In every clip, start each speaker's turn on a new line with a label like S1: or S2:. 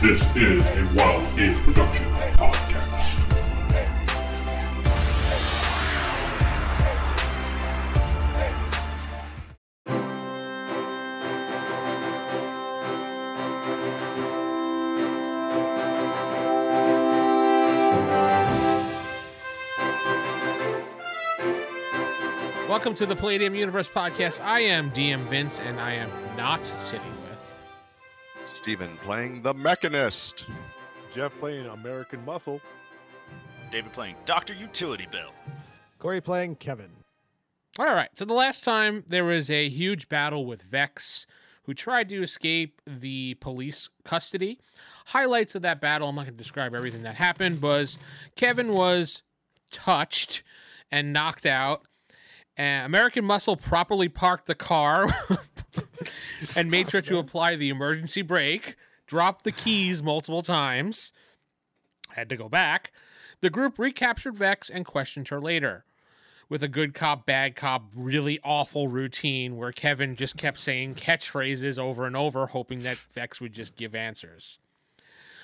S1: This is a Wild Age Production podcast.
S2: Welcome to the Palladium Universe podcast. I am DM Vince, and I am not sitting with.
S3: Steven playing the mechanist.
S4: Jeff playing American Muscle.
S5: David playing Dr. Utility Bill.
S6: Corey playing Kevin.
S2: All right, so the last time there was a huge battle with Vex, who tried to escape the police custody. Highlights of that battle, I'm not going to describe everything that happened, was Kevin was touched and knocked out. And American Muscle properly parked the car and made sure to apply the emergency brake, dropped the keys multiple times, had to go back. The group recaptured Vex and questioned her later with a good cop, bad cop, really awful routine where Kevin just kept saying catchphrases over and over, hoping that Vex would just give answers.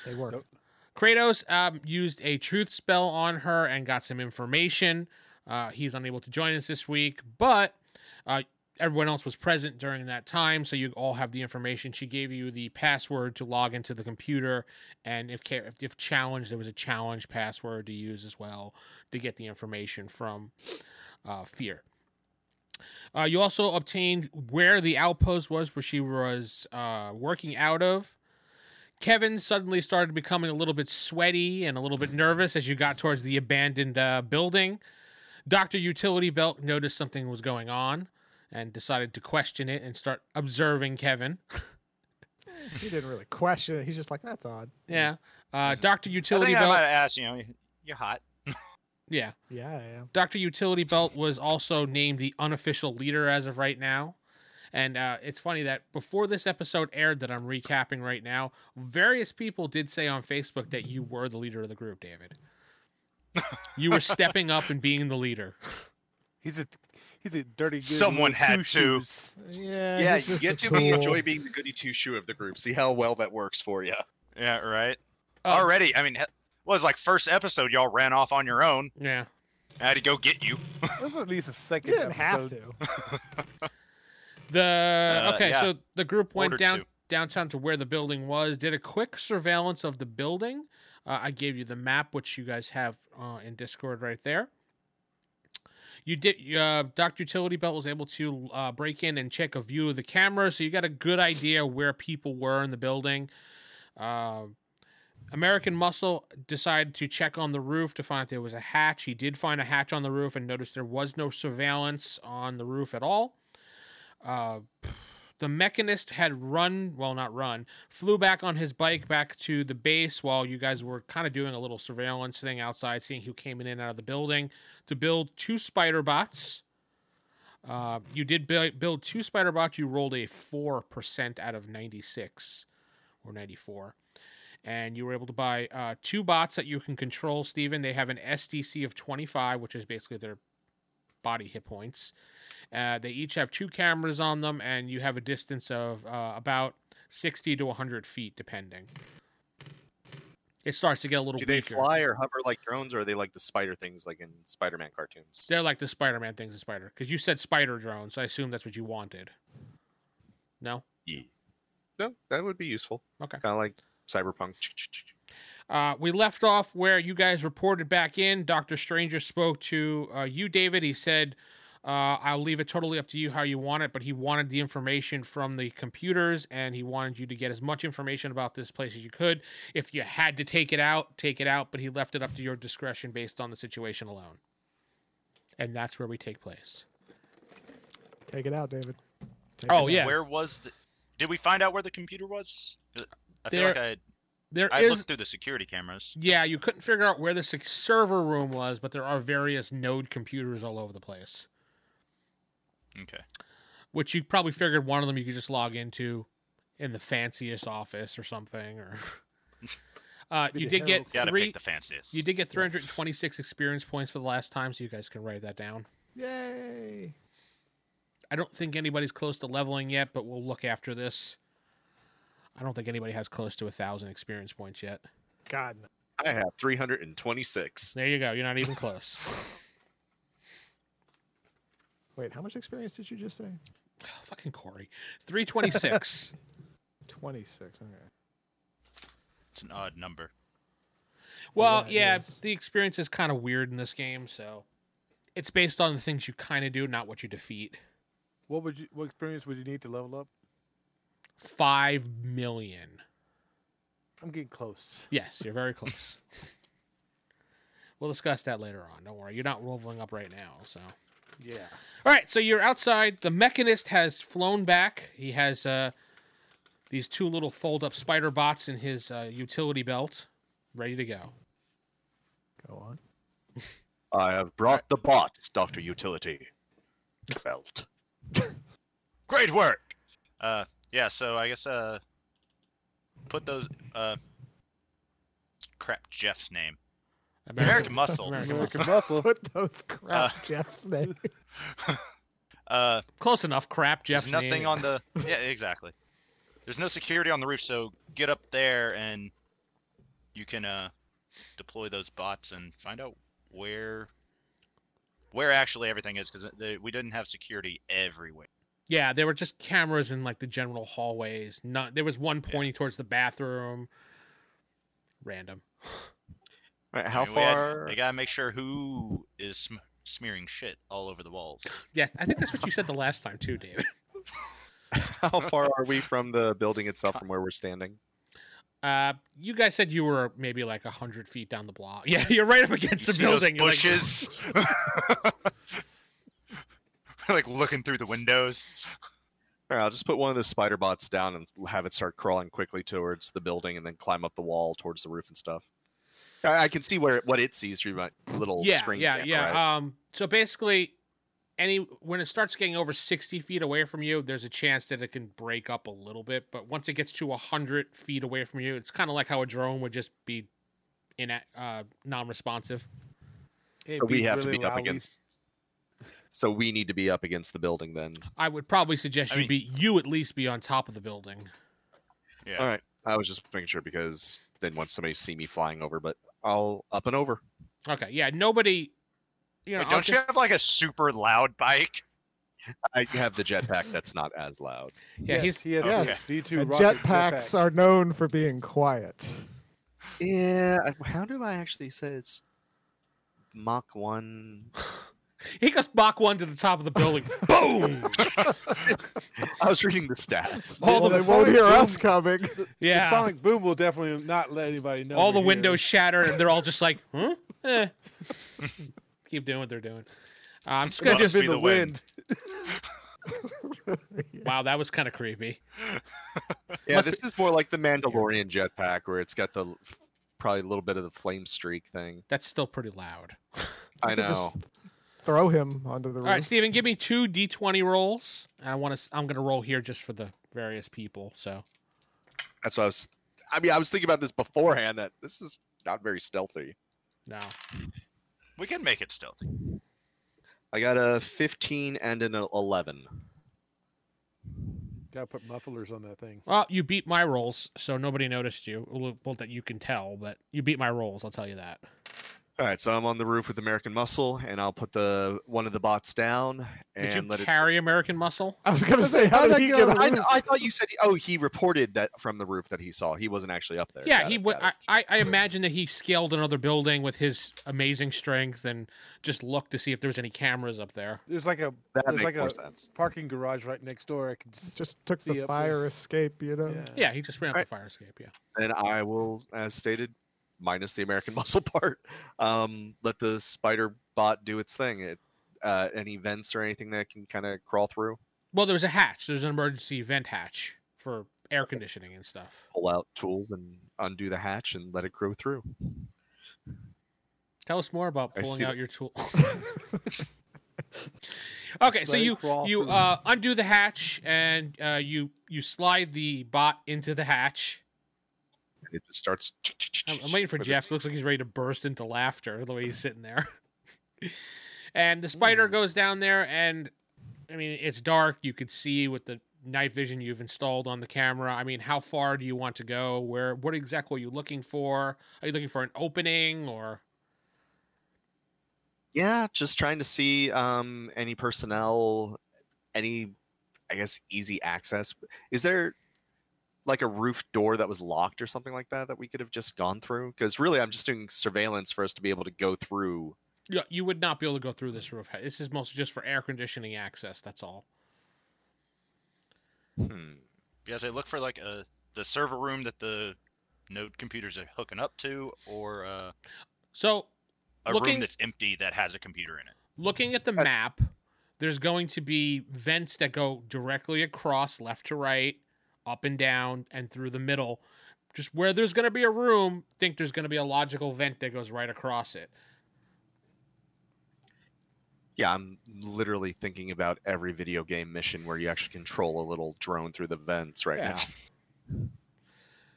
S6: They work.
S4: Nope.
S2: Kratos um, used a truth spell on her and got some information. Uh, he's unable to join us this week, but uh, everyone else was present during that time, so you all have the information. She gave you the password to log into the computer, and if ca- if, if challenged, there was a challenge password to use as well to get the information from uh, Fear. Uh, you also obtained where the outpost was, where she was uh, working out of. Kevin suddenly started becoming a little bit sweaty and a little bit nervous as you got towards the abandoned uh, building. Dr. Utility Belt noticed something was going on and decided to question it and start observing Kevin.
S6: He didn't really question it. He's just like, that's odd.
S2: Yeah. Uh, Dr.
S5: I
S2: Utility
S5: think I might
S2: Belt.
S5: have asked, you know, you're hot.
S2: Yeah.
S6: Yeah, yeah.
S2: Dr. Utility Belt was also named the unofficial leader as of right now. And uh, it's funny that before this episode aired, that I'm recapping right now, various people did say on Facebook that you were the leader of the group, David. you were stepping up and being the leader.
S4: He's a he's a dirty. Good
S5: Someone
S4: little
S5: had
S4: two
S5: to.
S4: shoes.
S6: Yeah,
S3: Yeah,
S6: he's
S3: you
S6: just
S3: get
S6: a
S3: to be
S6: tool.
S3: enjoy being the goody two shoe of the group. See how well that works for you.
S5: Yeah, right.
S2: Oh.
S5: Already, I mean, he- was like first episode, y'all ran off on your own.
S2: Um, Yeah.
S5: I had to go get you.
S4: This was at least a second.
S6: You didn't have
S4: episode.
S6: to.
S2: The
S5: Uh,
S2: okay,
S5: yeah.
S2: so the group went
S5: Ordered
S2: down
S5: to.
S2: downtown to where the building was, did a quick surveillance of the building. Uh, I gave you the map, which you guys have uh, in Discord right there. You did. Uh, Doctor Utility Belt was able to uh, break in and check a view of the camera, so you got a good idea where people were in the building. Uh, American Muscle decided to check on the roof to find if there was a hatch. He did find a hatch on the roof and noticed there was no surveillance on the roof at all. Uh, the mechanist had run, well, not run, flew back on his bike back to the base while you guys were kind of doing a little surveillance thing outside, seeing who came in and out of the building to build two spider bots. Uh, you did build, build two spider bots. You rolled a 4% out of 96 or 94. And you were able to buy uh, two bots that you can control, Steven. They have an SDC of 25, which is basically their body hit points. Uh, they each have two cameras on them, and you have a distance of uh, about 60 to 100 feet, depending. It starts to get a little
S3: Do they
S2: weaker.
S3: fly or hover like drones, or are they like the spider things like in Spider-Man cartoons?
S2: They're like the Spider Man things in Spider. Because you said spider drone, so I assume that's what you wanted. No?
S3: Yeah. No, that would be useful.
S2: Okay.
S3: Kind of like cyberpunk.
S2: Uh, we left off where you guys reported back in. Dr. Stranger spoke to uh, you, David. He said, uh, I'll leave it totally up to you how you want it, but he wanted the information from the computers and he wanted you to get as much information about this place as you could. If you had to take it out, take it out, but he left it up to your discretion based on the situation alone. And that's where we take place.
S6: Take it out, David. Take
S2: Oh,
S6: it
S2: yeah.
S5: Where was the. Did we find out where the computer was? I feel
S2: There
S5: like I,
S2: There is.
S5: I looked through the security cameras.
S2: Yeah, you couldn't figure out where the sec- server room was, but there are various node computers all over the place,
S5: Okay.
S2: which you probably figured one of them you could just log into in the fanciest office or something. Or uh,
S6: Be
S2: you
S6: the
S2: did get
S6: Herald.
S5: Gotta
S2: three.
S5: pick the fanciest.
S2: You did get 326 experience points for the last time, so you guys can write that down.
S6: Yay!
S2: I don't think anybody's close to leveling yet, but we'll look after this. I don't think anybody has close to a thousand experience points yet.
S6: God, no.
S3: I have 326.
S2: There you go. You're not even close.
S6: wait, how much experience did you just say?
S2: Fucking Corey. 326.
S6: Twenty-six. Okay.
S5: It's an odd number.
S2: well,
S6: Yeah, it
S2: yeah,
S6: is.
S2: the experience is kind of weird in this game, so it's based on the things you kind of do, not what you defeat.
S4: What would you? What experience would you need to level up?
S2: Five million.
S4: I'm getting close.
S2: Yes, you're very close. we'll discuss that later on. Don't worry. You're not leveling up right now, so.
S4: Yeah.
S2: All right, so you're outside. The mechanist has flown back. He has uh, these two little fold-up spider bots in his uh, utility belt, ready to go.
S6: Go on.
S3: I have brought the bots, Doctor Utility. Belt.
S5: Great work. Uh, yeah. So I guess uh, put those uh, crap. Jeff's name. American Muscle.
S2: American
S4: American muscle.
S6: Put those crap
S5: Uh,
S6: Jeff's name.
S5: Uh,
S2: Close enough. Crap, Jeff.
S5: there's nothing on the. Yeah, exactly. There's no security on the roof, so get up there and you can uh, deploy those bots and find out where where actually everything is because we didn't have security everywhere.
S2: Yeah, there were just cameras in like the general hallways. Not there was one pointing towards the bathroom. Random.
S3: All right, how
S5: I mean, we had-
S3: far?
S5: They gotta make sure who is sm- smearing shit all over the walls.
S2: Yes, I think that's what you said the last time too, David.
S3: How far are we from the building itself, from where we're standing?
S2: Uh, you guys said you were maybe like hundred feet down the block. Yeah, you're right up against
S5: You
S2: the
S5: see those
S2: building. You're like,
S5: bushes. like looking through the windows.
S3: All right, I'll just put one of the spider bots down and have it start crawling quickly towards the building, and then climb up the wall towards the roof and stuff. I, I can see where what it sees through my little
S2: yeah,
S3: screen.
S2: yeah,
S3: camera,
S2: yeah.
S3: right?
S2: Um, so basically, any when it starts getting over sixty feet away from you, there's a chance that it can break up a little bit. But once it gets to hundred feet away from you, it's kind of like how a drone would just be in uh, non-responsive.
S4: It'd
S3: so we
S4: beep
S3: have to
S4: really
S3: be up
S4: loudly.
S3: against. So we need to be up against the building then.
S2: I would probably suggest
S5: I
S2: you
S5: mean-
S2: be you at least be on top of the building.
S5: Yeah.
S3: All right, I was just making sure because then once somebody see me flying over, but I'll up and over.
S2: Okay, yeah, nobody. You know,
S5: Wait,
S2: I'll
S5: don't you
S2: just-
S5: have like a super loud bike?
S3: I have the jetpack that's not as loud.
S2: Yeah,
S4: yes,
S2: he's-
S4: he has
S6: Yes.
S4: yes. D two
S6: And
S4: rocket
S6: jetpacks
S4: jetpack.
S6: are known for being quiet.
S3: Yeah, I- how do I actually say it's Mach one?
S2: he goes Mach one to the top of the building. Boom!
S3: I was reading the stats.
S2: All
S6: well,
S2: the
S6: they won't
S4: Sonic
S6: hear
S4: boom-
S6: us coming.
S4: The
S2: Yeah,
S4: sonic boom will definitely not let anybody know.
S2: all the
S4: we're here.
S2: windows shatter, and they're all just like, "Huh? Eh." Keep doing what they're doing. Uh, I'm just gonna
S5: Must
S2: just.
S4: Just
S5: be
S4: in the,
S5: the wind.
S4: wind.
S2: Wow, that was kind of creepy.
S3: Yeah,
S2: must
S3: this is more like the Mandalorian jetpack, where it's got the l- probably a little bit of the flame streak thing.
S2: That's still pretty loud.
S3: I
S6: could
S3: know.
S6: just Throw him onto the roof.
S2: All right, Steven, give me two d20 rolls. I want to. I'm gonna roll here just for the various people. So
S3: That's what I was. I mean, I was thinking about this beforehand. That this is not very stealthy.
S2: no,
S5: We can make it stealthy.
S3: I got a 15 and an 11.
S4: Gotta put mufflers on that thing.
S2: Well, you beat my rolls, so nobody noticed you. Well, well, that you can tell, but you beat my rolls. I'll tell you that.
S3: All right, so I'm on the roof with American Muscle, and I'll put the one of the bots down and
S2: Did you
S3: let it.
S2: carry American Muscle?
S6: I was gonna say, how did he get?
S4: on the
S6: on
S3: I,
S6: the
S3: th-
S6: roof?
S3: I thought you said. He, oh, he reported that from the roof that he saw. He wasn't actually up there.
S2: yeah,
S3: Got
S2: he
S3: it,
S2: would.
S3: got
S2: I,
S3: it.
S2: I, I imagine that he scaled another building with his amazing strength and just looked to see if there was any cameras up there.
S4: There's like a
S3: That
S4: there's
S3: makes
S4: like
S3: more
S4: a-
S3: sense.
S4: parking garage right next door. I could just.
S6: Just took
S4: See
S6: the
S4: up
S6: fire escape, you know.
S2: Yeah, he just ran up
S3: Alright.
S2: the fire escape. Yeah.
S3: Then I will, as stated, minus the American Muscle part, um, let the spider bot do its thing. It, uh, any vents or anything that can kind of crawl through,
S2: Well, there's a hatch. There's an emergency vent hatch for air conditioning and stuff.
S3: pull out tools and undo the hatch and let it grow through.
S2: Tell us more about
S3: I
S2: pulling
S3: see
S2: out
S3: that.
S2: your tool. okay, so
S4: Let it
S2: you
S4: crawl
S2: you
S4: through.
S2: uh, undo the hatch and uh, you you slide the bot into the hatch.
S3: And it just starts.
S2: I'm, I'm waiting for
S3: with
S2: Jeff.
S3: its-
S2: Looks like he's ready to burst into laughter the way he's sitting there. and the spider goes down there, and I mean, it's dark. You could see with the night vision you've installed on the camera. I mean, how far do you want to go? Where? What exactly are you looking for? Are you looking for an opening or?
S3: Yeah, just trying to see um, any personnel, any, I guess, easy access. Is there like a roof door that was locked or something like that that we could have just gone through? Because really, I'm just doing surveillance for us to be able to go through.
S2: Yeah, you would not be able to go through this roof. This is mostly just for air conditioning access. That's all.
S3: Hmm.
S5: You guys, I look for like a the server room that the node computers are hooking up to, or uh,
S2: So
S5: a
S2: Looking-
S5: room that's empty that has a computer in it.
S2: looking at the map, there's going to be vents that go directly across left to right, up and down, and through the middle. Just where there's going to be a room, think there's going to be a logical vent that goes right across it.
S3: Yeah, I'm literally thinking about every video game mission where you actually control a little drone through the vents right
S2: Yeah.
S3: now.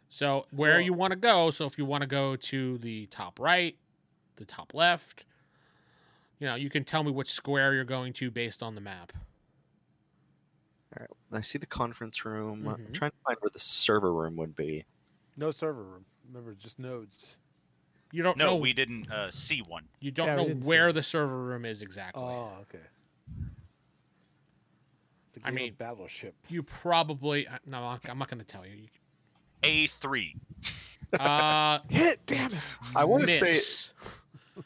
S2: So where
S4: Well-
S2: you want to go, so if you want to go to the top right, the top left, you know, you can tell me which square you're going to based on the map.
S3: I see the conference room. I'm
S6: Mm-hmm.
S2: Mhm.
S3: trying to find where the server room would be.
S4: No server room. Remember, just nodes.
S2: You don't
S5: No,
S2: know
S5: we didn't uh, see one.
S2: you don't
S6: Yeah, we
S2: know
S6: didn't see
S2: where
S6: it. Uh,
S2: the server room is exactly.
S4: Oh, okay. It's a
S2: I
S4: game of
S2: mean-
S4: battleship.
S2: you probably I- no, I'm not- I'm not going to tell you.
S5: A three.
S2: You- Uh,
S6: Hit, damn it.
S3: I want to say
S2: miss.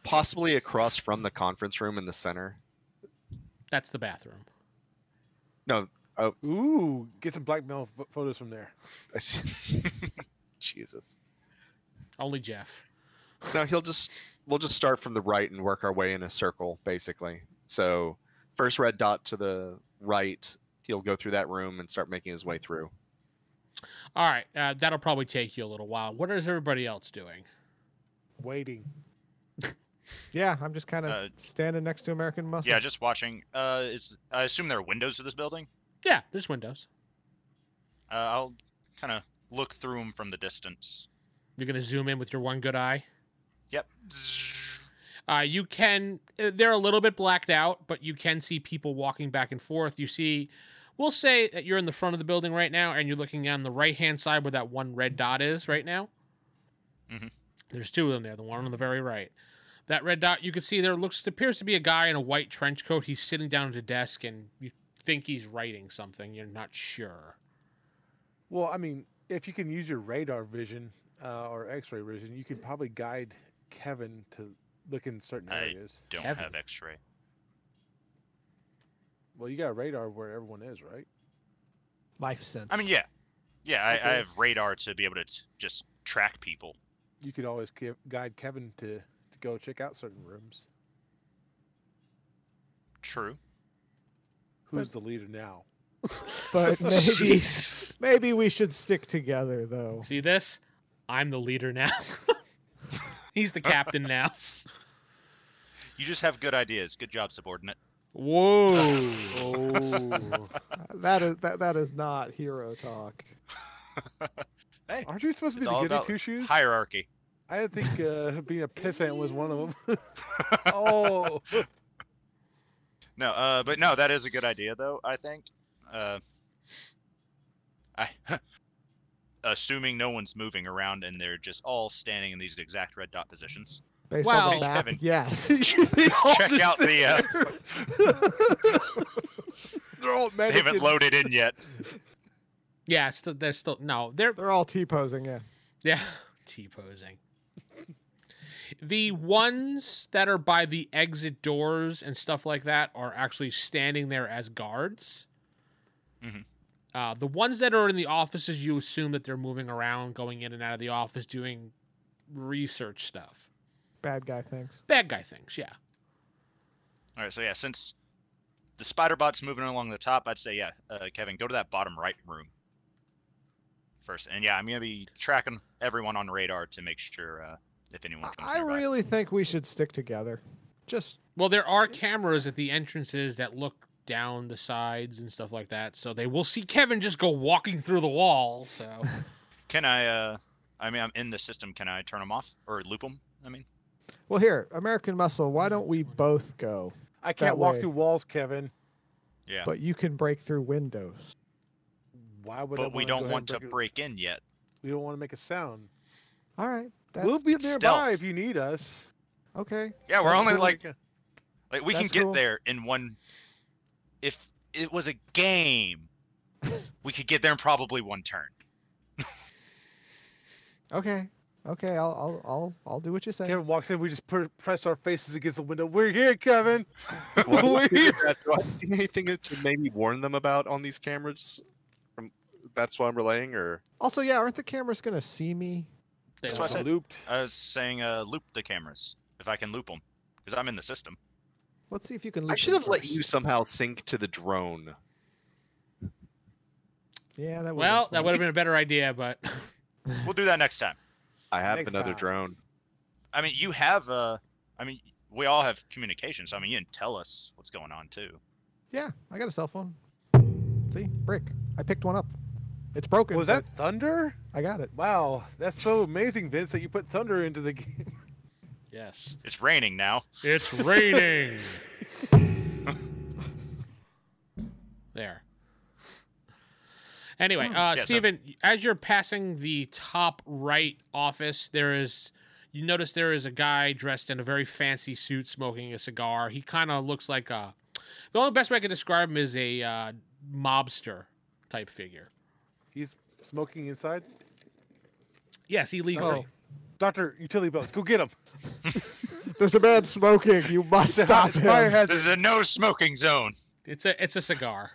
S3: possibly across from the conference room in the center.
S2: that's the bathroom.
S3: No,
S4: Ooh, get some blackmail ph- photos from there.
S3: I see- Jesus.
S2: Only Jeff.
S3: No, he'll just we'll just start from the right and work our way in a circle, basically. So first red dot to the right, he'll go through that room and start making his way through.
S2: All right, uh, that'll probably take you a little while. What is everybody else doing?
S4: Waiting.
S6: Yeah, I'm just kind of
S5: Uh,
S6: standing next to American Muscle.
S5: Yeah, just watching. Uh, it's, I assume there are windows to this building.
S2: Yeah, there's windows.
S5: Uh, I'll kind of look through them from the distance.
S2: You're gonna zoom in with your one good eye.
S5: Yep.
S2: Uh, you can. uh, They're a little bit blacked out, but you can see people walking back and forth. You see, we'll say that you're in the front of the building right now, and you're looking on the right hand side where that one red dot is right now.
S5: Mhm.
S2: There's two of them there. The one on the very right. That red dot you can see there looks appears to be a guy in a white trench coat. He's sitting down at a desk, and you think he's writing something. You're not sure.
S4: Well, I mean, if you can use your radar vision uh, or X-ray vision, you could probably guide Kevin to look in certain
S5: I-
S4: areas.
S5: Don't
S2: Kevin.
S5: have X-ray.
S4: Well, you got a radar where everyone is, right?
S6: Life sense.
S5: I mean, yeah, yeah. I, I
S4: Okay.
S5: have radar to be able to t- just track people.
S4: You could always ke- guide Kevin to to go check out certain rooms.
S5: True.
S4: Who's the leader now?
S6: But maybe,
S2: Jeez.
S6: maybe we should stick together, though.
S2: See this? I'm the leader now. he's the captain now.
S5: You just have good ideas. Good job, subordinate.
S2: Whoa.
S4: Oh,
S6: Uh, That is that that is not hero talk.
S4: aren't you supposed to be
S5: It's all
S4: the goody
S5: about
S4: two shoes?
S5: Hierarchy.
S4: I didn't think uh, being a pissant was one of them. oh,
S5: No, uh, but no, that is a good idea though. I think. Uh, I, assuming no one's moving around and they're just all standing in these exact red dot positions.
S6: Based on
S2: Well-
S6: the map,
S5: Kevin.
S6: yes.
S5: Check out the. Uh,
S4: they're all
S5: they haven't
S4: mannequins.
S5: loaded in yet.
S2: yeah, it's still, they're still no, they're
S6: They're all T posing, yeah.
S2: yeah, T posing. The ones that are by the exit doors and stuff like that are actually standing there as guards.
S5: Mhm.
S2: Uh, the ones that are in the offices, you assume that they're moving around, going in and out of the office, doing research stuff.
S6: Bad guy things.
S2: Bad guy things, yeah.
S5: All right, so yeah, since the spider bot's moving along the top, I'd say yeah, uh, Kevin, go to that bottom right room first. And yeah, I'm gonna be tracking everyone on radar to make sure uh, if anyone comes
S6: I I
S5: nearby.
S6: really think we should stick together. Just
S2: Well, there are cameras at the entrances that look down the sides and stuff like that, so they will see Kevin just go walking through the wall. So
S5: Can I? Uh, I mean, I'm in the system. Can I turn them off or loop them? I mean,
S6: well here, American Muscle, why don't we both go?
S4: I can't walk
S6: way.
S4: through walls, Kevin.
S5: yeah.
S6: But you can break through windows.
S4: why would? I
S5: but
S4: wanna go
S5: we
S4: ahead
S5: don't
S4: and
S5: want to
S4: break it-
S5: break in yet.
S4: We don't want to make a sound.
S6: All right. That's,
S4: we'll be
S5: it's
S4: nearby
S5: stealth.
S4: if you need us.
S6: okay.
S5: Yeah, we're
S4: That's
S5: only
S4: cool.
S5: like like we can
S6: That's
S5: get
S6: cool.
S5: there in one. If it was a game, we could get there in probably one turn.
S6: Okay. Okay. I'll I'll I'll I'll do what you say.
S4: Kevin walks in. We just put, press our faces against the window. We're here, Kevin.
S3: What-
S4: We're here.
S3: Do I see anything to maybe warn them about on these cameras? From that's what I'm relaying, or
S6: Also, yeah, aren't the cameras gonna see me?
S2: They
S5: That's what I
S2: will.
S5: said.
S4: Looped.
S5: I was saying, uh, loop the cameras if I can loop them, because I'm in the system.
S6: Let's see if you can.
S3: I
S6: loop
S3: should
S6: them
S3: have let
S6: first.
S3: you somehow sync to the drone.
S6: Yeah, that. would've
S2: Well,
S6: been
S2: that would have been a better idea, but
S5: We'll do that next time.
S3: I have
S4: Next
S3: another
S4: time.
S3: drone.
S5: I mean, you have uh, I mean, we all have communication, so I mean, you can tell us what's going on too.
S6: Yeah, I got a cell phone. See, brick. I picked one up. It's broken.
S4: Was
S6: but
S4: that thunder?
S6: I got it.
S4: Wow, that's so amazing, Vince, that you put thunder into the game.
S2: yes,
S5: It's raining now.
S2: it's raining. there. Anyway, uh,
S5: Yeah, so-
S2: Stephen, as you're passing the top right office, there is you notice there is a guy dressed in a very fancy suit smoking a cigar. He kind of looks like a the only best way I can describe him is a uh, mobster type figure.
S4: He's smoking inside.
S2: Yes, illegally.
S4: Doctor, utility belt, go get him.
S6: There's a man smoking. You must stop
S4: It's a Fire
S6: him.
S5: This
S4: hazard.
S5: is a no smoking zone.
S2: It's a it's a cigar.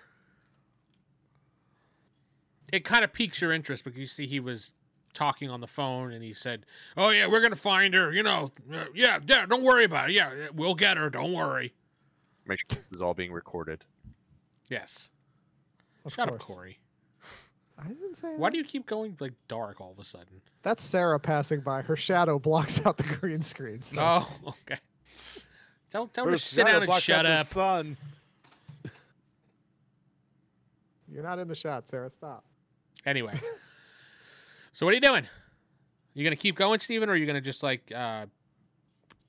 S2: It kind of piques your interest because you see he was talking on the phone and he said, "Oh yeah, we're gonna find her. You know, uh, yeah, yeah. Don't worry about it. Yeah, yeah, we'll get her. Don't worry."
S3: Make sure this is all being recorded.
S2: Yes.
S6: Of
S2: Shut up,
S6: course.
S2: Corey.
S6: I didn't say.
S2: Why
S6: that.
S2: do you keep going like dark all of a sudden?
S6: That's Sarah passing by. Her shadow blocks out the green screen. So
S2: Oh, okay. Tell tell her to
S4: Earth's
S2: sit
S4: shadow
S2: down and
S4: blocks out
S2: shut
S4: the
S2: up.
S4: Sun.
S6: you're not in the shot, Sarah. Stop.
S2: Anyway. So what are you doing? You gonna keep going, Steven, or are you gonna just like uh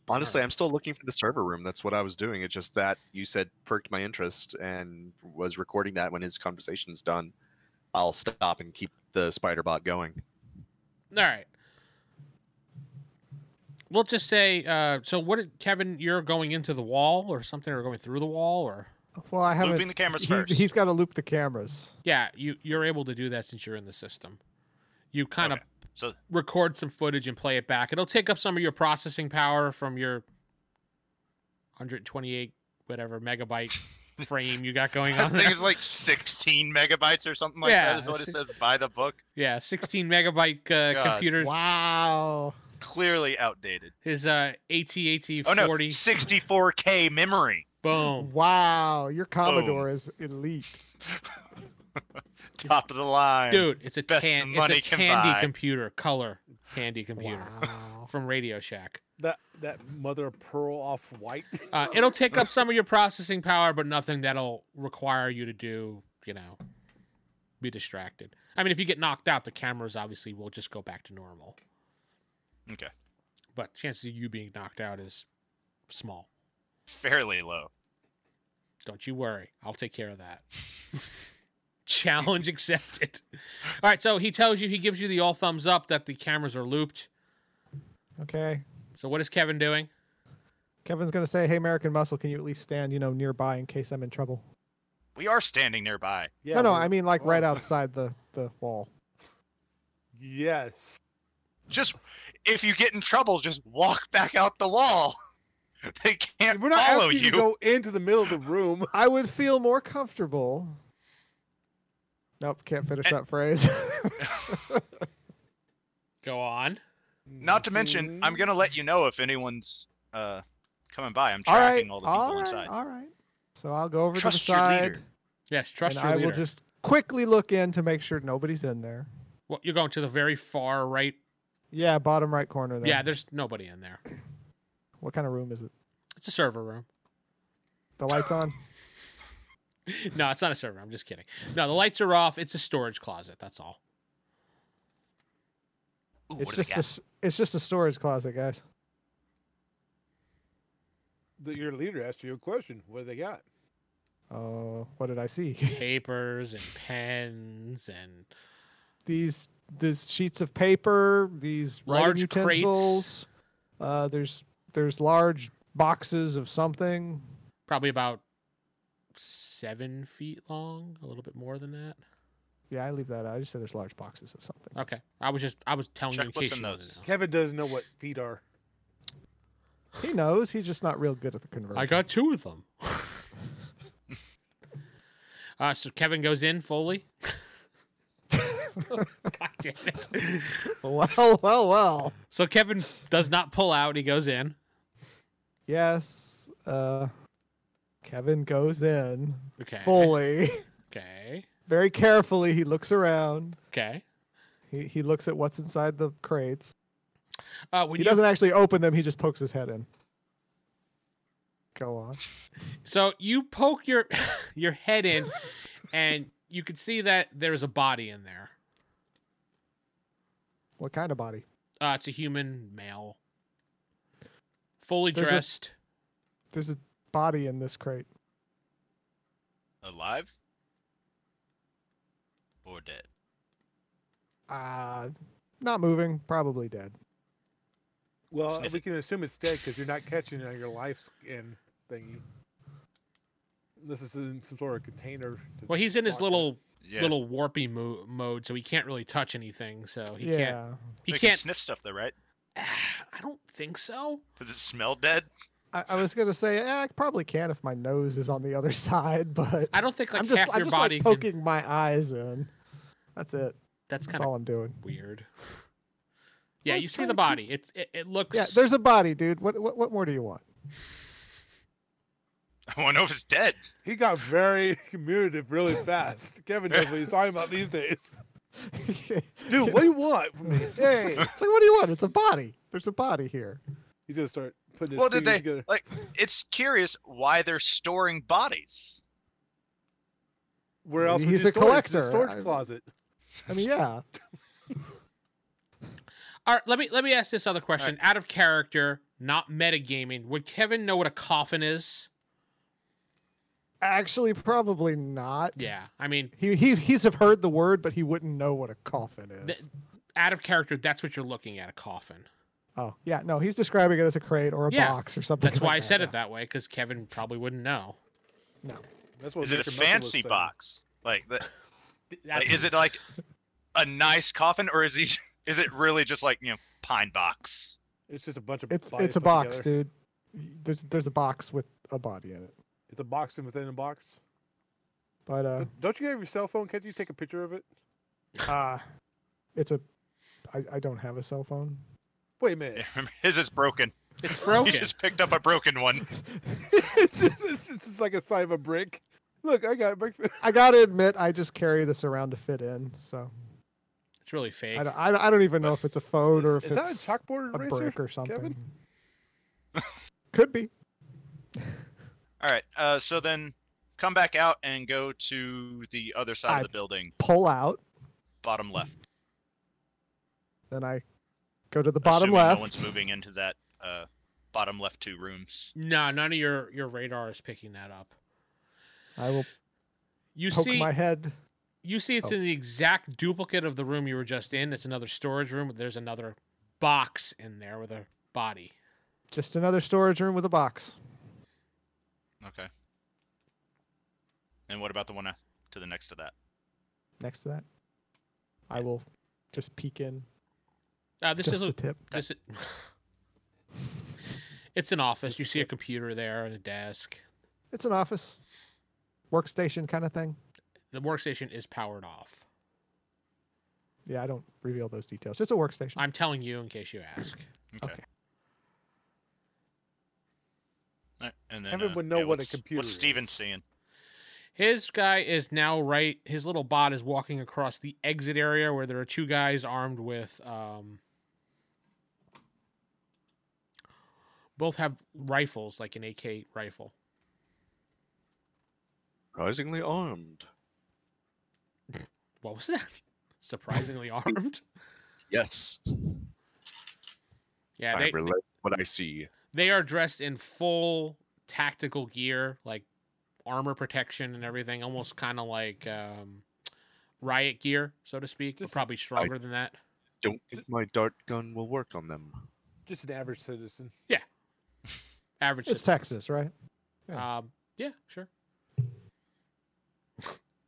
S3: Honestly, I'm still looking for the server room. That's what I was doing. It's just that you said perked my interest and was recording that when his conversation's done. I'll stop and keep the spider bot going.
S2: All right. We'll just say. Uh, so, what, did, Kevin? You're going into the wall or something, or going through the wall, or
S6: Well, I haven't.
S5: Looping the cameras
S6: he,
S5: first.
S6: He's got to loop the cameras.
S2: yeah, you you're able to do that since you're in the system. You kind of
S5: Okay. So
S2: record some footage and play it back. It'll take up some of your processing power from your 128 whatever megabyte frame you got going
S5: I
S2: on
S5: think
S2: there.
S5: it's like 16 megabytes or something like
S2: Yeah,
S5: that. Is what it
S2: six-
S5: says by the book.
S2: Yeah, 16 megabyte uh,
S5: God.
S2: computer.
S6: Wow.
S5: Clearly outdated.
S2: His uh, AT-AT
S5: Oh no,
S2: 40.
S5: 64k memory.
S2: Boom.
S6: Wow. Your Commodore
S5: Oh.
S6: is elite.
S5: Top of the line.
S2: Dude, it's a,
S5: Best
S2: tan-
S5: money
S2: it's a
S5: can
S2: candy
S5: buy.
S2: computer, color candy computer.
S6: Wow.
S2: from Radio Shack.
S4: That that mother of pearl off white.
S2: Uh, it'll take up some of your processing power, but nothing that'll require you to do, you know, be distracted. I mean, if you get knocked out, the cameras obviously will just go back to normal.
S5: Okay.
S2: But chances of you being knocked out is small.
S5: Fairly low.
S2: Don't you worry. I'll take care of that. Challenge accepted. All right, so he tells you, he gives you the all thumbs up that the cameras are looped.
S6: Okay.
S2: So what is Kevin doing?
S6: Kevin's gonna say, "Hey, American Muscle, can you at least stand, you know, nearby in case I'm in trouble?"
S5: We are standing nearby.
S4: Yeah,
S6: no, no,
S4: we're-
S6: I mean like right
S4: oh.
S6: outside the the wall.
S4: Yes.
S5: Just if you get in trouble, just walk back out the wall. They can't
S4: We're not
S5: follow
S4: asking you
S5: you.
S4: to go into the middle of the room.
S6: I would feel more comfortable. Nope, can't finish that phrase.
S2: Go on.
S5: Not to mention,
S4: Mm-hmm.
S5: I'm gonna let you know if anyone's uh, coming by. I'm
S6: all right,
S5: tracking all the people
S6: all right,
S5: inside.
S6: all right. So I'll go over
S5: Trust
S6: to
S5: your
S6: the
S5: leader.
S6: side,
S2: Yes, trust
S6: and
S2: your
S6: I
S2: leader.
S6: will just quickly look in to make sure nobody's in there.
S2: Well, you're going to the very far right.
S6: Yeah, bottom right corner there.
S2: Yeah, there's nobody in there.
S6: What kind of room is it?
S2: It's a server room.
S6: The lights on.
S2: No, it's not a server. room. I'm just kidding. No, the lights are off. It's a storage closet. That's all.
S5: Ooh,
S6: it's
S5: what do they
S6: just a,
S5: got?
S6: s- it's just a storage closet, guys.
S4: The- your leader asked you a question. What do they got?
S6: Uh, what did I see?
S2: papers and pens and
S6: these these sheets of paper, these
S2: Large
S6: large
S2: crates.
S6: utensils. Uh, there's there's large boxes of something.
S2: probably about seven feet long, a little bit more than that.
S6: Yeah, I leave that out. I just said there's large boxes of something.
S2: Okay, I was just I was telling
S5: Check
S2: you in
S5: what's
S2: case
S5: in
S2: you wanted
S5: those.
S2: to know.
S4: Kevin doesn't know what feet are.
S6: He knows. He's just not real good at the conversion.
S2: I got two of them. uh, so Kevin goes in fully. God damn it.
S6: Well, well, well.
S2: So Kevin does not pull out. He goes in.
S6: Yes. Uh, Kevin goes in
S2: Okay.
S6: fully,
S2: Okay.
S6: very carefully. He looks around.
S2: Okay.
S6: He he looks at what's inside the crates.
S2: Uh, when
S6: he
S2: you,
S6: doesn't actually open them. He just pokes his head in. Go on.
S2: so you poke your your head in, and you can see that there's a body in there.
S6: What kind of body?
S2: Uh, it's a human male, fully
S6: There's a-
S2: dressed.
S6: There's a body in this crate.
S5: Alive? Or dead?
S6: Uh not moving. Probably dead.
S4: Well,
S5: Sniff
S4: we
S5: it.
S4: can assume it's dead because you're not catching it on your life skin thingy. This is in some sort of container. to
S2: Well, he's in his
S4: lock it.
S2: little
S5: Yeah.
S2: little warpy mo- mode, so he can't really touch anything. So he
S6: yeah.
S2: can't. He
S5: they can
S2: can't.
S5: sniff stuff though, right?
S2: I don't think so.
S5: Does it smell dead?
S6: I, I was gonna say eh, I probably can if my nose is on the other side, but
S2: I don't think like
S6: I'm just
S2: half
S6: I'm
S2: your
S6: just
S2: body.
S6: like
S2: can-
S6: poking my eyes in. That's it.
S2: That's
S6: That's
S2: kind of
S6: all I'm doing.
S2: weird. Yeah,
S6: was
S2: you see
S6: trying
S2: the
S6: to keep-
S2: body. It's it, it looks.
S6: Yeah, there's a body, dude. What what, what more do you want?
S5: I want to know if it's dead.
S4: He got very communicative really fast. Kevin knows what he's talking about these days. Dude, what do you want from me? Hey,
S6: It's like what do you want? It's a body. There's a body here.
S4: he's gonna start putting his
S5: Well, did
S4: fingers
S5: they
S4: together.
S5: like? It's curious why they're storing bodies.
S4: Where else?
S6: Maybe
S4: would
S6: he's
S4: you
S6: a
S4: store it? It's in a
S6: collector.
S4: storage
S6: I-
S4: closet.
S6: I mean, yeah.
S2: All right, let me let me ask this other question. Out of character, not metagaming, would Kevin know what a coffin is?
S6: Actually, probably not.
S2: Yeah, I mean,
S6: He, he he's have heard the word, but he wouldn't know what a coffin is.
S2: th- out of character, that's what you're looking at—a coffin.
S6: oh yeah, no, he's describing it as a crate or a
S2: Yeah,
S6: box or something.
S2: That's
S6: like
S2: why I said
S6: yeah.
S2: it that way because Kevin probably wouldn't know.
S4: That's what
S5: Is it
S4: Richard
S5: a
S4: Merkel was
S5: fancy
S4: saying.
S5: box? Like, the,
S2: Th-
S5: like,
S2: That's
S5: is it like a nice coffin, or is he? Is it really just like you know pine box?
S4: It's just a bunch of.
S6: It's
S4: bodies
S6: it's a
S4: put
S6: box,
S4: together.
S6: dude. There's there's a box with a body in it.
S4: It's a box and within a box.
S6: But uh,
S4: But don't you have your cell phone? Can't you take a picture of it?
S6: uh it's a. I, I don't have a cell phone.
S4: Wait a minute.
S5: Yeah, his is broken.
S2: it's
S5: He
S2: broken.
S5: just picked up a broken one.
S4: it's, just, it's just like a side of a brick. Look, I got breakfast.
S6: I gotta admit, I just carry this around to fit in. So
S2: It's really fake.
S6: I don't, I, don't- I don't even know if it's a phone or
S4: Is,
S6: if
S4: is that a
S6: it's
S4: chalkboard
S6: a
S4: eraser?
S6: brick or something.
S4: Kevin?
S6: Could be.
S5: All right. Uh, so then come back out and go to the other side
S6: I-
S5: of the building,
S6: Pull out,
S5: bottom left.
S6: then I go to the bottom
S5: assuming
S6: left.
S5: No one's moving into that uh, bottom left two rooms.
S2: No, none of your your radar is picking that up.
S6: I will
S2: You
S6: poke
S2: see,
S6: my head.
S2: you see, it's
S6: Oh.
S2: in the exact duplicate of the room you were just in. It's another storage room. There's another box in there with a body.
S6: Just another storage room with a box.
S5: Okay. And what about the one uh, to the next to that?
S6: Next to that, I will just peek in.
S2: Uh, this
S6: just
S2: is a
S6: the tip.
S2: this. Is, it's an office. You see a computer there and a desk.
S6: It's an office, workstation kind of thing.
S2: The workstation is powered off.
S6: Yeah, I don't reveal those details. Just a workstation.
S2: I'm telling you in case you ask.
S5: Okay.
S6: Okay.
S5: Alright, And then,
S4: Kevin
S5: uh,
S4: would know
S5: yeah,
S4: what a
S5: what's-
S4: computer
S5: What's Steven
S4: is.
S5: seeing?
S2: His guy is now right. His little bot is walking across the exit area where there are two guys armed with. Um, both have rifles, like an AK rifle.
S3: Surprisingly armed.
S2: What was that? Surprisingly armed.
S3: Yes.
S2: Yeah,
S3: I
S2: they,
S3: relate what I see.
S2: they are dressed in full tactical gear, like armor protection and everything, almost kind of like um, riot gear, so to speak. but
S4: This-
S2: probably stronger than that.
S3: Don't think my dart gun will work on them.
S4: Just an average citizen.
S2: Average.
S6: It's
S2: citizen.
S6: Texas, right? yeah.
S2: Um, yeah, sure.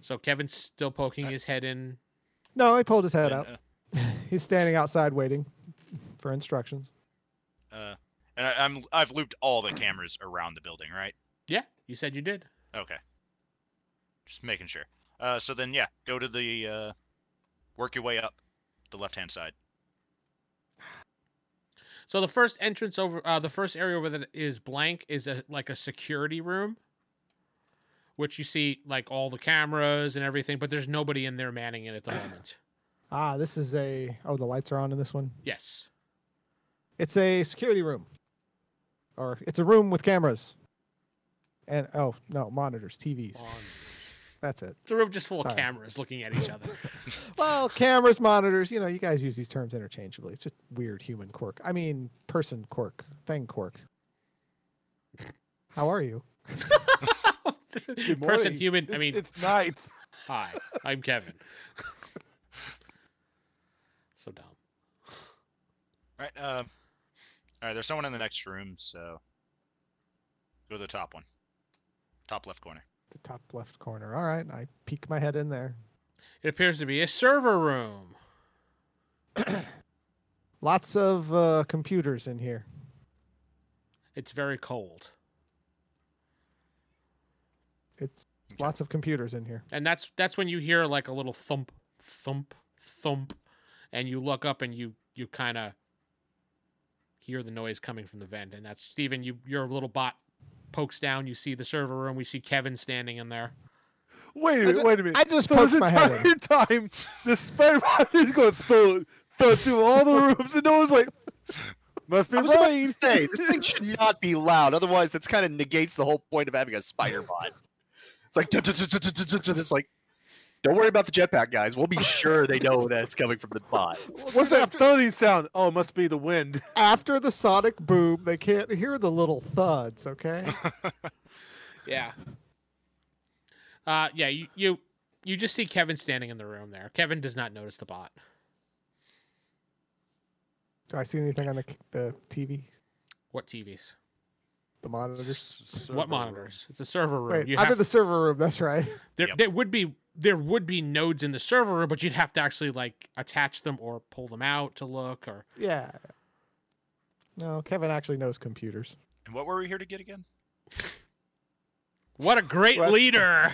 S2: so Kevin's still poking his head in.
S6: No, he pulled his head
S5: And,
S6: up. He's standing outside waiting for instructions.
S5: uh, uh, and I, I'm I've looped all the cameras around the building, right?
S2: Yeah, you said you did.
S5: Okay. Just making sure. Uh, so then yeah, go to the uh, work your way up the left hand side.
S2: So the first entrance over, uh, the first area over that is blank is a, like a security room, which you see like all the cameras and everything, but there's nobody in there manning it at the moment.
S6: Ah, this is a. Oh, the lights are on in this one.
S2: Yes.
S6: It's a security room, or it's a room with cameras, and oh no, monitors, TVs. That's it.
S2: It's a room just full of
S6: Sorry.
S2: cameras looking at each other.
S6: Well, cameras, monitors. You know, you guys use these terms interchangeably. It's just weird human quirk. I mean, person quirk, thing quirk. How are you?
S2: Person,
S4: Good morning.
S2: human. I
S4: It's-
S2: mean,
S4: it's night.
S2: hi, I'm Kevin. so dumb.
S5: Right. Uh, all right. There's someone in the next room, so go to the top one, top left corner.
S6: The top left corner. All right, I peek my head in there.
S2: It appears to be a server room.
S6: Lots of uh, computers in here.
S2: It's very cold,
S6: It's lots of computers in here.
S2: and that's that's when you hear like a little thump, thump, thump, and you look up and you you kind of hear the noise coming from the vent, and that's Steven, You your little bot pokes down. You see the server room. We see Kevin standing in there.
S4: Wait a
S6: I
S4: minute.
S6: ju-
S4: wait a minute.
S6: I just
S4: so this
S6: poked my head
S4: entire time, the spider man is going through, through, through all the rooms, and no one's like, must be
S3: I was about
S4: rain.
S3: to say this thing should not be loud, otherwise that's kind of negates the whole point of having a spider bot. It's like "Duh, duh, duh, duh, duh, duh, duh, duh," it's like, don't worry about the jetpack, guys. We'll be sure they know that it's coming from the bot.
S4: What's that thudding sound? Oh, it must be the wind.
S6: After the sonic boom, they can't hear the little thuds. Okay.
S2: Yeah. Uh, yeah, you, you you just see Kevin standing in the room there. Kevin does not notice the bot.
S6: Do I see anything on the c- the TV,
S2: What TVs?
S6: the monitors?
S2: what monitors? It's a server room.
S6: Wait,
S2: you
S6: under
S2: have,
S6: the server room. That's right.
S2: there,
S5: Yep.
S2: there would be there would be nodes in the server room, but you'd have to actually like attach them or pull them out to look. Or
S6: Yeah. No, Kevin actually knows computers.
S5: And what were we here to get again?
S2: what a great
S4: What?
S2: leader!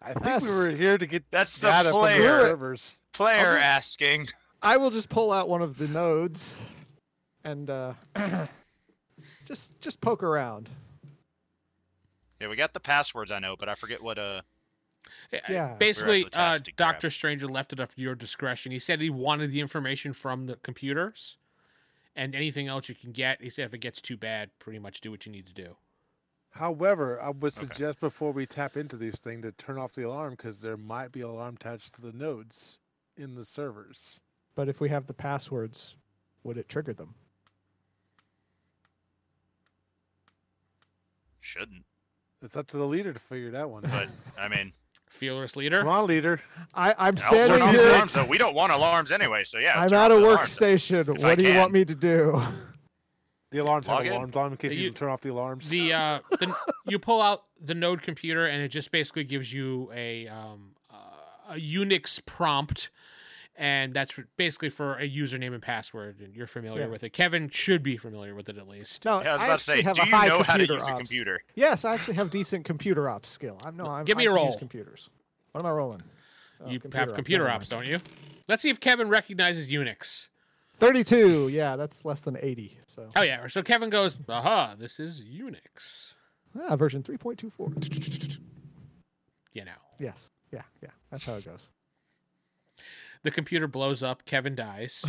S4: I think
S6: Yes.
S4: we were here to get
S5: That's the
S4: data from the
S5: player.
S4: servers.
S5: Player
S6: Okay.
S5: asking.
S6: I will just pull out one of the nodes, and uh, just just poke around.
S5: Yeah, we got the passwords. I know, but I forget what. Uh,
S6: Yeah.
S2: Basically,
S5: actually
S2: uh,
S5: tasked to grab-
S2: Doctor Stranger left it up to your discretion. He said he wanted the information from the computers, and anything else you can get. He said if it gets too bad, pretty much do what you need to do.
S4: However, I would
S5: Okay.
S4: suggest before we tap into these things to turn off the alarm because there might be alarm attached to the nodes in the servers.
S6: But if we have the passwords, would it trigger them?
S5: shouldn't.
S4: It's up to the leader to figure that one out.
S5: But I mean,
S2: Fearless leader.
S4: Come on, leader.
S6: I, I'm
S5: I'll turn
S6: standing
S5: off the
S6: here.
S5: alarms. So we don't want alarms anyway. So yeah.
S6: I'm
S5: turn
S6: at a
S5: off the alarms.
S6: workstation.
S5: If I
S6: What do you want
S5: can.
S6: me to do?
S4: The alarms
S5: Log in.
S4: have alarms on 'em in case
S2: Yeah,
S4: you,
S2: you-
S4: can turn off the alarms.
S2: the uh the you pull out the node computer and it just basically gives you a um uh, a unix prompt and that's basically for a username and password and you're familiar
S6: Yeah.
S2: with it kevin should be familiar with it at least
S6: No,
S5: Yeah, I was about to
S6: actually
S5: say,
S6: have
S5: do
S6: a
S5: you
S6: high
S5: know how to
S6: computer
S5: use a
S6: ops.
S5: computer?
S6: Yes, I actually have decent computer ops skill. I'm no, I'm
S2: Give me
S6: I
S2: a
S6: can use
S2: roll.
S6: computers. What am I rolling? Oh,
S2: you
S6: ops,
S2: have computer
S6: never
S2: ops
S6: mind.
S2: don't you let's see if kevin recognizes unix
S6: Thirty-two. Yeah, that's less than eighty. So
S2: oh yeah so kevin goes aha this is unix
S6: ah, version three point two four.
S2: you know
S6: Yes. Yeah. Yeah. That's how it goes.
S2: the computer blows up kevin dies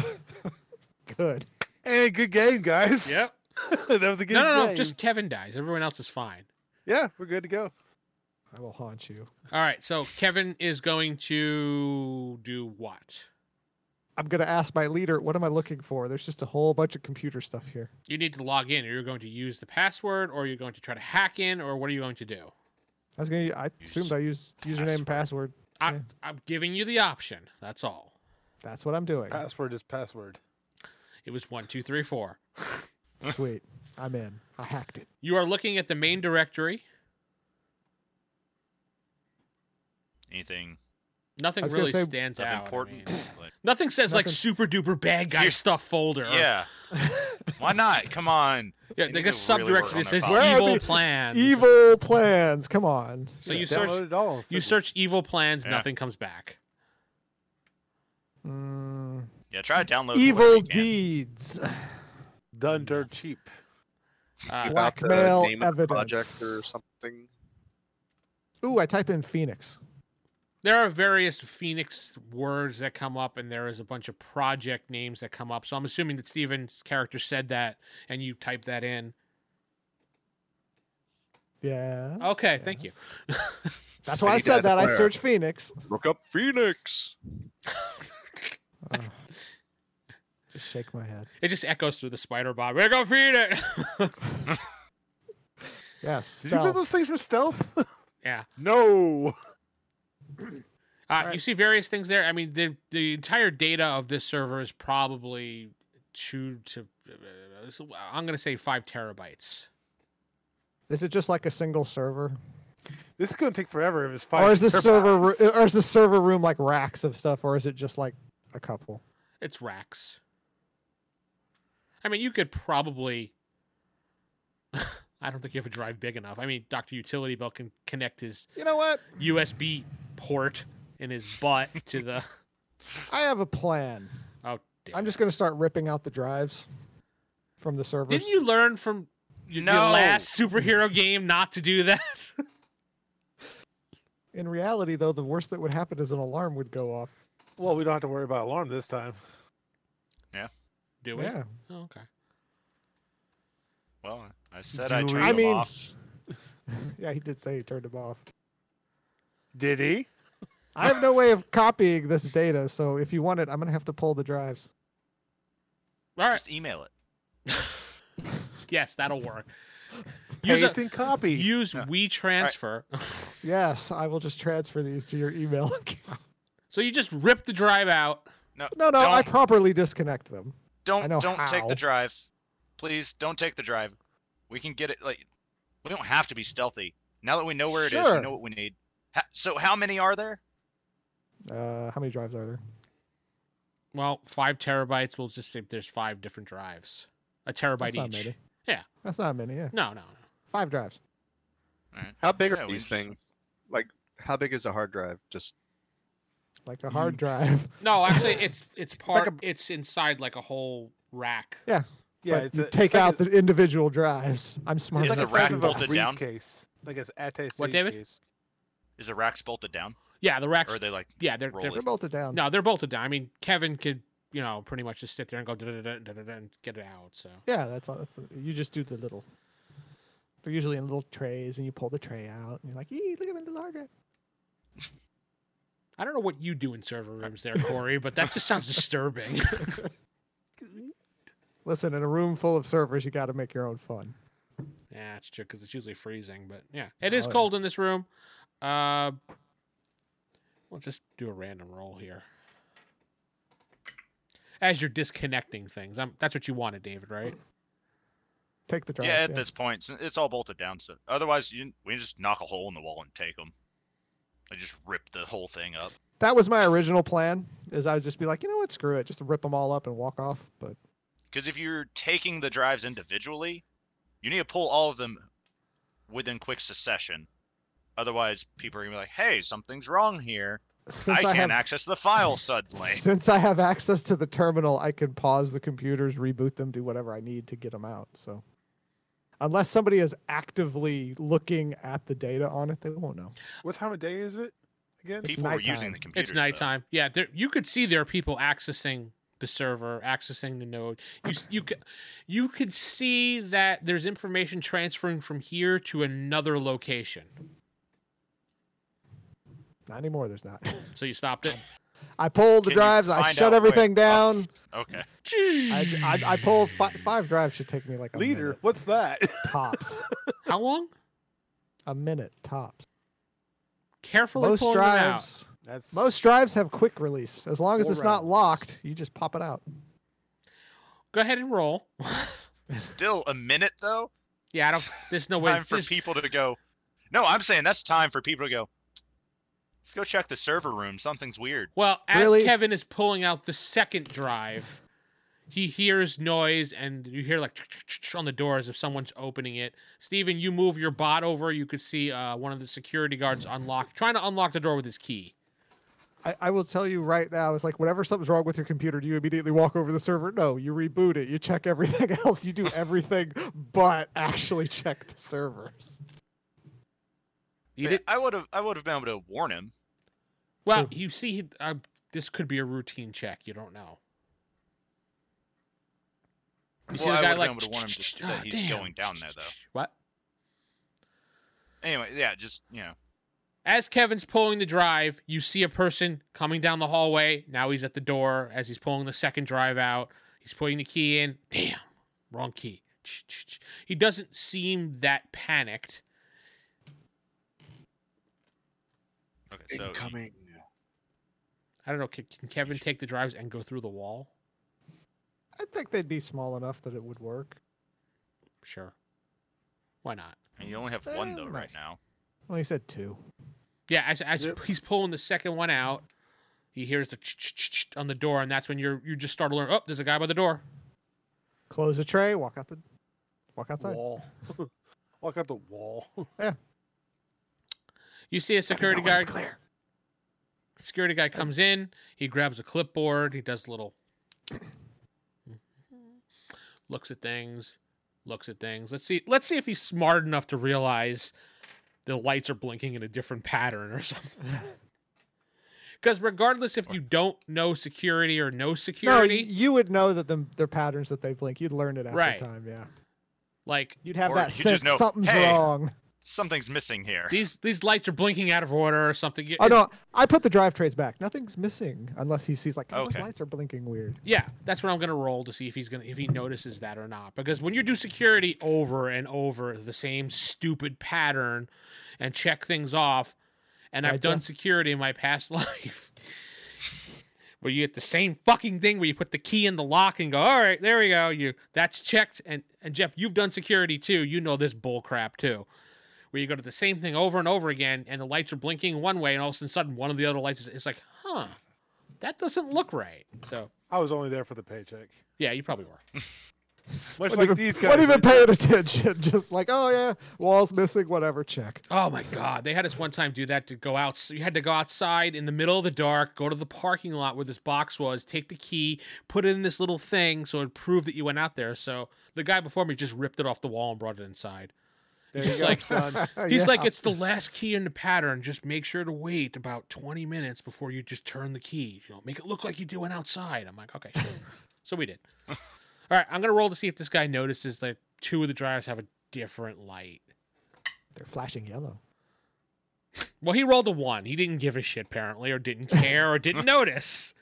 S6: Good.
S4: And good game, guys. that was a good
S2: no no no
S4: game.
S2: just kevin dies everyone else is fine
S4: Yeah, we're good to go.
S6: I will haunt you.
S2: all right so kevin is going to do what
S6: I'm gonna ask my leader, what am I looking for? There's just a whole bunch of computer stuff here.
S2: You need to log in. Are you going to use the password, or are you going to try to hack in, or what are you going to do?
S6: I was gonna. I
S5: Use
S6: assumed I used username and password.
S2: I,
S6: Yeah.
S2: I'm giving you the option. That's all.
S6: That's what I'm doing.
S3: Uh.
S4: Password is password.
S2: It was one, two, three, four.
S6: Sweet. I'm in. I hacked it.
S2: You are looking at the main directory.
S5: Anything,
S2: Nothing
S6: I was gonna
S2: really
S6: say-
S2: stands
S5: nothing
S2: out. I
S5: important?
S2: mean.
S5: Like,
S2: nothing says like
S6: Nothing-
S2: super duper bad guy
S5: You-
S2: stuff folder. or-
S5: yeah. Why not? Come on.
S2: yeah
S5: need
S2: like
S5: to
S2: a
S5: really work
S2: subdirectory
S5: on
S2: that
S5: that
S2: says
S5: file.
S6: Where are
S2: evil
S6: the-
S2: plans.
S6: Evil plans. Come on.
S2: So
S4: Just
S2: you search-
S4: download it all. and
S2: You
S4: send
S2: search evil plans,
S5: Yeah.
S2: nothing comes back.
S6: Mm,
S5: Yeah, try to download. whatever
S6: evil
S5: you can.
S6: deeds.
S4: it. done dirt cheap.
S2: Uh,
S3: About the
S6: Blackmail
S3: name of the project
S6: evidence.
S3: or something.
S6: Ooh, I type in Phoenix.
S2: there are various Phoenix words that come up, and there is a bunch of project names that come up. So I'm assuming that Steven's character said that, and you typed that in.
S6: Yeah.
S2: Okay, thank you.
S6: That's why
S3: I
S6: I
S3: need to add
S6: said
S3: the
S6: that. I
S3: player.
S6: searched Phoenix.
S3: Look up Phoenix.
S6: Ugh. just shake my head.
S2: It just echoes through the spider bob. We're gonna feed it. Uh,
S6: Yes.
S4: Did you
S6: stealth.
S4: build those things for stealth?
S2: Yeah.
S4: No.
S2: Uh, You
S6: Right.
S2: see various things there. I mean, the the entire data of this server is probably two to uh, so I'm going to say five terabytes.
S6: Is it just like a single server,
S4: This is gonna take forever if it's five.
S6: or is this server,
S4: terabytes.
S6: ro- or is the server room like racks of stuff, or is it just like a couple?
S2: It's racks. I mean, you could probably. I don't think you have a drive big enough. I mean, Doctor Utility Belt can connect his
S6: You know what?
S2: USB port in his butt to the.
S6: I have a plan.
S2: Oh, damn
S6: I'm
S2: it.
S6: just gonna start ripping out the drives from the servers.
S2: Didn't you learn from your
S5: No.
S2: last superhero game not to do that?
S6: In reality, though, the worst that would happen is an alarm would go off.
S4: Well, we don't have to worry about alarm this time.
S2: do we?
S6: Yeah.
S2: Oh, okay.
S5: Well, I said I
S4: Do
S5: turned
S4: we-
S6: I
S5: them
S6: mean-
S5: off.
S6: yeah, he did say he turned them off.
S4: Did he?
S6: I have no way of copying this data, so if you want it, I'm gonna have to pull the drives.
S2: All right.
S5: Just email it.
S2: Yes, that'll work. Use,
S4: Paste
S2: a,
S4: and copy.
S2: use
S5: Yeah.
S2: WeTransfer.
S6: Yes, I will just transfer these to your email account.
S2: so you just rip the drive out.
S6: No, no, I
S5: Don't-
S6: properly disconnect them.
S5: Don't
S6: know
S5: don't take
S6: how.
S5: the drive. Please don't take the drive. We can get it. Like we don't have to be stealthy. Now that we know where it is,
S6: Sure.
S5: we know what we need. Ha- so how many are there?
S6: Uh, how many drives are there?
S2: Well, five terabytes. We'll just say there's five different drives, a terabyte
S6: That's not
S2: each.
S6: many.
S2: Yeah.
S6: That's not many. Yeah,
S2: No, no, no.
S6: five drives.
S3: How big
S5: Yeah,
S3: are
S5: we
S3: these
S5: just-
S3: things? Like, how big is a hard drive? Just
S6: Like a
S4: Mm.
S6: hard drive.
S2: No, actually, it's it's part.
S4: like
S2: It's, inside like a whole rack.
S4: yeah,
S6: but
S4: it's
S6: you
S4: a- it's
S6: take
S4: like
S6: out
S4: a-
S6: the individual drives. I'm smart.
S5: Is
S4: It's
S5: the
S4: like
S6: about
S4: a size
S5: rack
S6: that.
S4: of a
S5: bolted down?
S4: briefcase. Like it's attached.
S2: What, David?
S4: briefcase.
S5: Is the racks bolted down,
S2: Yeah, the racks.
S5: or are they like?
S2: yeah, they're,
S5: roll
S2: they're
S6: They're bolted down.
S2: no, they're bolted down. I mean, Kevin could you know pretty much just sit there and go da da da da da and get it out. So
S6: Yeah, that's all. That's you just do the little. They're usually in little trays, and you pull the tray out, and you're like, "Ee, look at them, the larger."
S2: I don't know what you do in server rooms there, Corey, but that just sounds disturbing.
S6: Listen, in a room full of servers, you got to make your own fun.
S2: Yeah, it's true because it's usually freezing. But yeah, it is
S6: Oh, yeah.
S2: cold in this room. Uh, we'll just do a random roll here. As you're disconnecting things, i that's what you wanted, David, right?
S6: Take the drive.
S5: yeah, at this point, s- it's all bolted down. So otherwise, you, we just knock a hole in the wall and take them. I just rip the whole thing up.
S6: That was my original plan. Is I would just be like, you know what, screw it, just rip them all up and walk off. But
S5: Because if you're taking the drives individually, you need to pull all of them within quick succession. Otherwise, people are gonna be like, "Hey, something's wrong here.
S6: since I,
S5: I
S6: have
S5: can't access the file suddenly."
S6: since I have access to the terminal, I can pause the computers, reboot them, do whatever I need to get them out. So, unless somebody is actively looking at the data on it, they won't know.
S4: What time of day is it? Again,
S6: It's
S5: people were using
S6: nighttime.
S5: the computers.
S2: It's
S5: though.
S2: nighttime. Yeah, there, you could see there are people accessing the server, accessing the node. You s- you could you could see that there's information transferring from here to another location.
S6: Not anymore. There's not.
S2: So you stopped it.
S6: I pulled the
S5: Can you
S6: drives. I
S5: find
S6: shut
S5: out
S6: everything
S5: where- Oh,
S6: down.
S5: Okay.
S6: I, I, I pulled fi- five drives. Should take me like a
S4: Leader,
S6: minute
S4: what's that?
S6: tops.
S2: How long?
S6: a minute tops.
S2: Carefully
S6: Most
S2: pulling them out.
S6: drives.
S4: That's
S6: Most drives have quick release. As long as
S4: Four
S6: it's not
S4: rounds.
S6: locked, you just pop it out.
S2: Go ahead and roll.
S5: Still a minute though.
S2: yeah, I don't. There's no way.
S5: time for
S2: there's-
S5: people to go. No, I'm saying that's time for people to go. Let's go check the server room. Something's weird.
S2: Well, as
S6: Really?
S2: Kevin is pulling out the second drive, he hears noise and you hear like on the door as if someone's opening it. Steven, you move your bot over. You could see uh, one of the security guards unlock, trying to unlock the door with his key.
S6: I, I will tell you right now, it's like whenever something's wrong with your computer, do you immediately walk over to the server? No, you reboot it, you check everything else, you do everything but actually check the servers.
S2: You
S5: I-
S2: did,
S5: I would have. I would have been able to warn him.
S2: well, you see, he- uh, this could be a routine check. You don't know. You see
S5: Well,
S2: the
S5: I
S2: guy
S5: would've
S2: like
S5: been able to warn him just that
S2: "Ah,
S5: he's
S2: damn."
S5: going down there, though.
S2: What?
S5: Anyway, yeah, just you know,
S2: As Kevin's pulling the drive, you see a person coming down the hallway. Now he's at the door as he's pulling the second drive out. He's putting the key in. Damn, wrong key. Ch- ch- ch. He doesn't seem that panicked.
S5: okay. So you-
S3: Incoming.
S2: I don't know. Can, can Kevin take the drives and go through the wall?
S6: I think they'd be small enough that it would work.
S2: Sure. Why not?
S5: and you only have one though right
S6: Nice.
S5: now.
S6: Well, he said two.
S2: Yeah, as, as
S4: Yep.
S2: he's pulling the second one out, he hears the ch- ch- ch- ch on the door, and that's when you're you just start to learn. Oh, there's a guy by the door.
S6: Close the tray, walk out the, walk outside.
S4: wall. Walk out the wall.
S2: You see a security guard. Security guy comes in. He grabs a clipboard. He does a little. looks at things. Looks at things. Let's see. Let's see if he's smart enough to realize the lights are blinking in a different pattern or something. Because regardless if you don't know security or know
S6: No,
S2: security,
S6: you, you would know that the, their patterns that they blink. You'd learn it at
S2: Right.
S6: the time, yeah.
S2: like
S6: You'd have
S5: Or
S6: that
S5: you just
S6: sense
S5: know,
S6: something's
S5: "Hey."
S6: wrong.
S5: Something's missing here.
S2: these these lights are blinking out of order or something.
S6: Oh no, I put the drive trays back. Nothing's missing unless he sees like "Oh,
S5: Okay.
S6: those lights are blinking weird.
S2: Yeah, that's what I'm gonna roll to see if he's gonna if he notices that or not. Because when you do security over and over the same stupid pattern and check things off, and I've
S6: Right,
S2: done
S6: Jeff?
S2: security in my past life, where you get the same fucking thing where you put the key in the lock and go, all right, there we go, you that's checked. And and Jeff, you've done security too. You know this bull crap too. Where you go to the same thing over and over again, and the lights are blinking one way, and all of a sudden, sudden one of the other lights is it's like, huh, that doesn't look right. So
S4: I was only there for the paycheck.
S2: yeah, you probably were.
S4: Much
S6: What
S4: like
S6: even,
S4: these guys.
S6: what even
S4: that-
S6: paying attention? Just like, oh yeah, walls missing, whatever. Check.
S2: Oh my god, they had us one time do that to go out. You had to go outside in the middle of the dark, go to the parking lot where this box was, take the key, put it in this little thing so it proved that you went out there. So the guy before me just ripped it off the wall and brought it inside.
S4: there
S2: He's
S4: you go,
S2: like-
S4: done.
S2: He's
S6: Oh, Yeah.
S2: like, "It's the last key in the pattern. Just make sure to wait about 20 minutes before you just turn the key. You know, make it look like you do it outside." I'm like, "Okay, sure." so we did. All right, I'm going to roll to see if this guy notices that two of the drives have a different light.
S6: Oh, they're flashing yellow.
S2: Well, he rolled a one. He didn't give a shit, apparently, or didn't care, or didn't notice.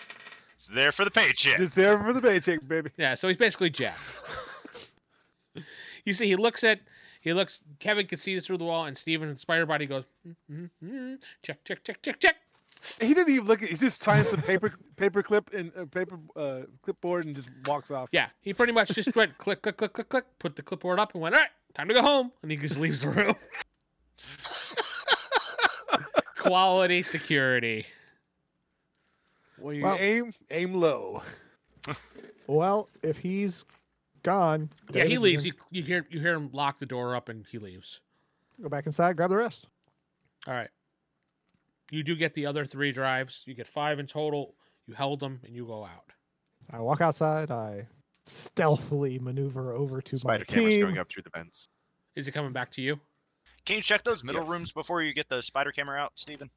S5: There for the paycheck.
S4: Just there for the paycheck, baby.
S2: Yeah, so he's basically Jeff. you see, he looks at he looks. Kevin can see this through the wall, and Steven, the spider body, goes mm mm mm, check, check, check, check, check.
S4: He didn't even look at. He just signs the paper paper clip and uh, paper uh, clipboard and just walks off.
S2: Yeah, he pretty much just went click, click, click, click, click, put the clipboard up, and went, all right, time to go home, and he just leaves the room. Quality security.
S4: When you
S6: Well-
S4: aim, aim low.
S6: Well, if he's gone,
S2: Yeah,
S6: David,
S2: he
S6: you
S2: leaves.
S6: can
S2: You, you hear you hear him lock the door up, and he leaves.
S6: go back inside, grab the rest.
S2: All right. You do get the other three drives. You get five in total. You held them and you go out.
S6: I walk outside. I stealthily maneuver over to
S3: Spider
S6: my
S3: camera's
S6: team.
S3: going up through the vents.
S2: Is it coming back to you?
S5: Can you check those middle rooms before you get the spider camera out, Steven?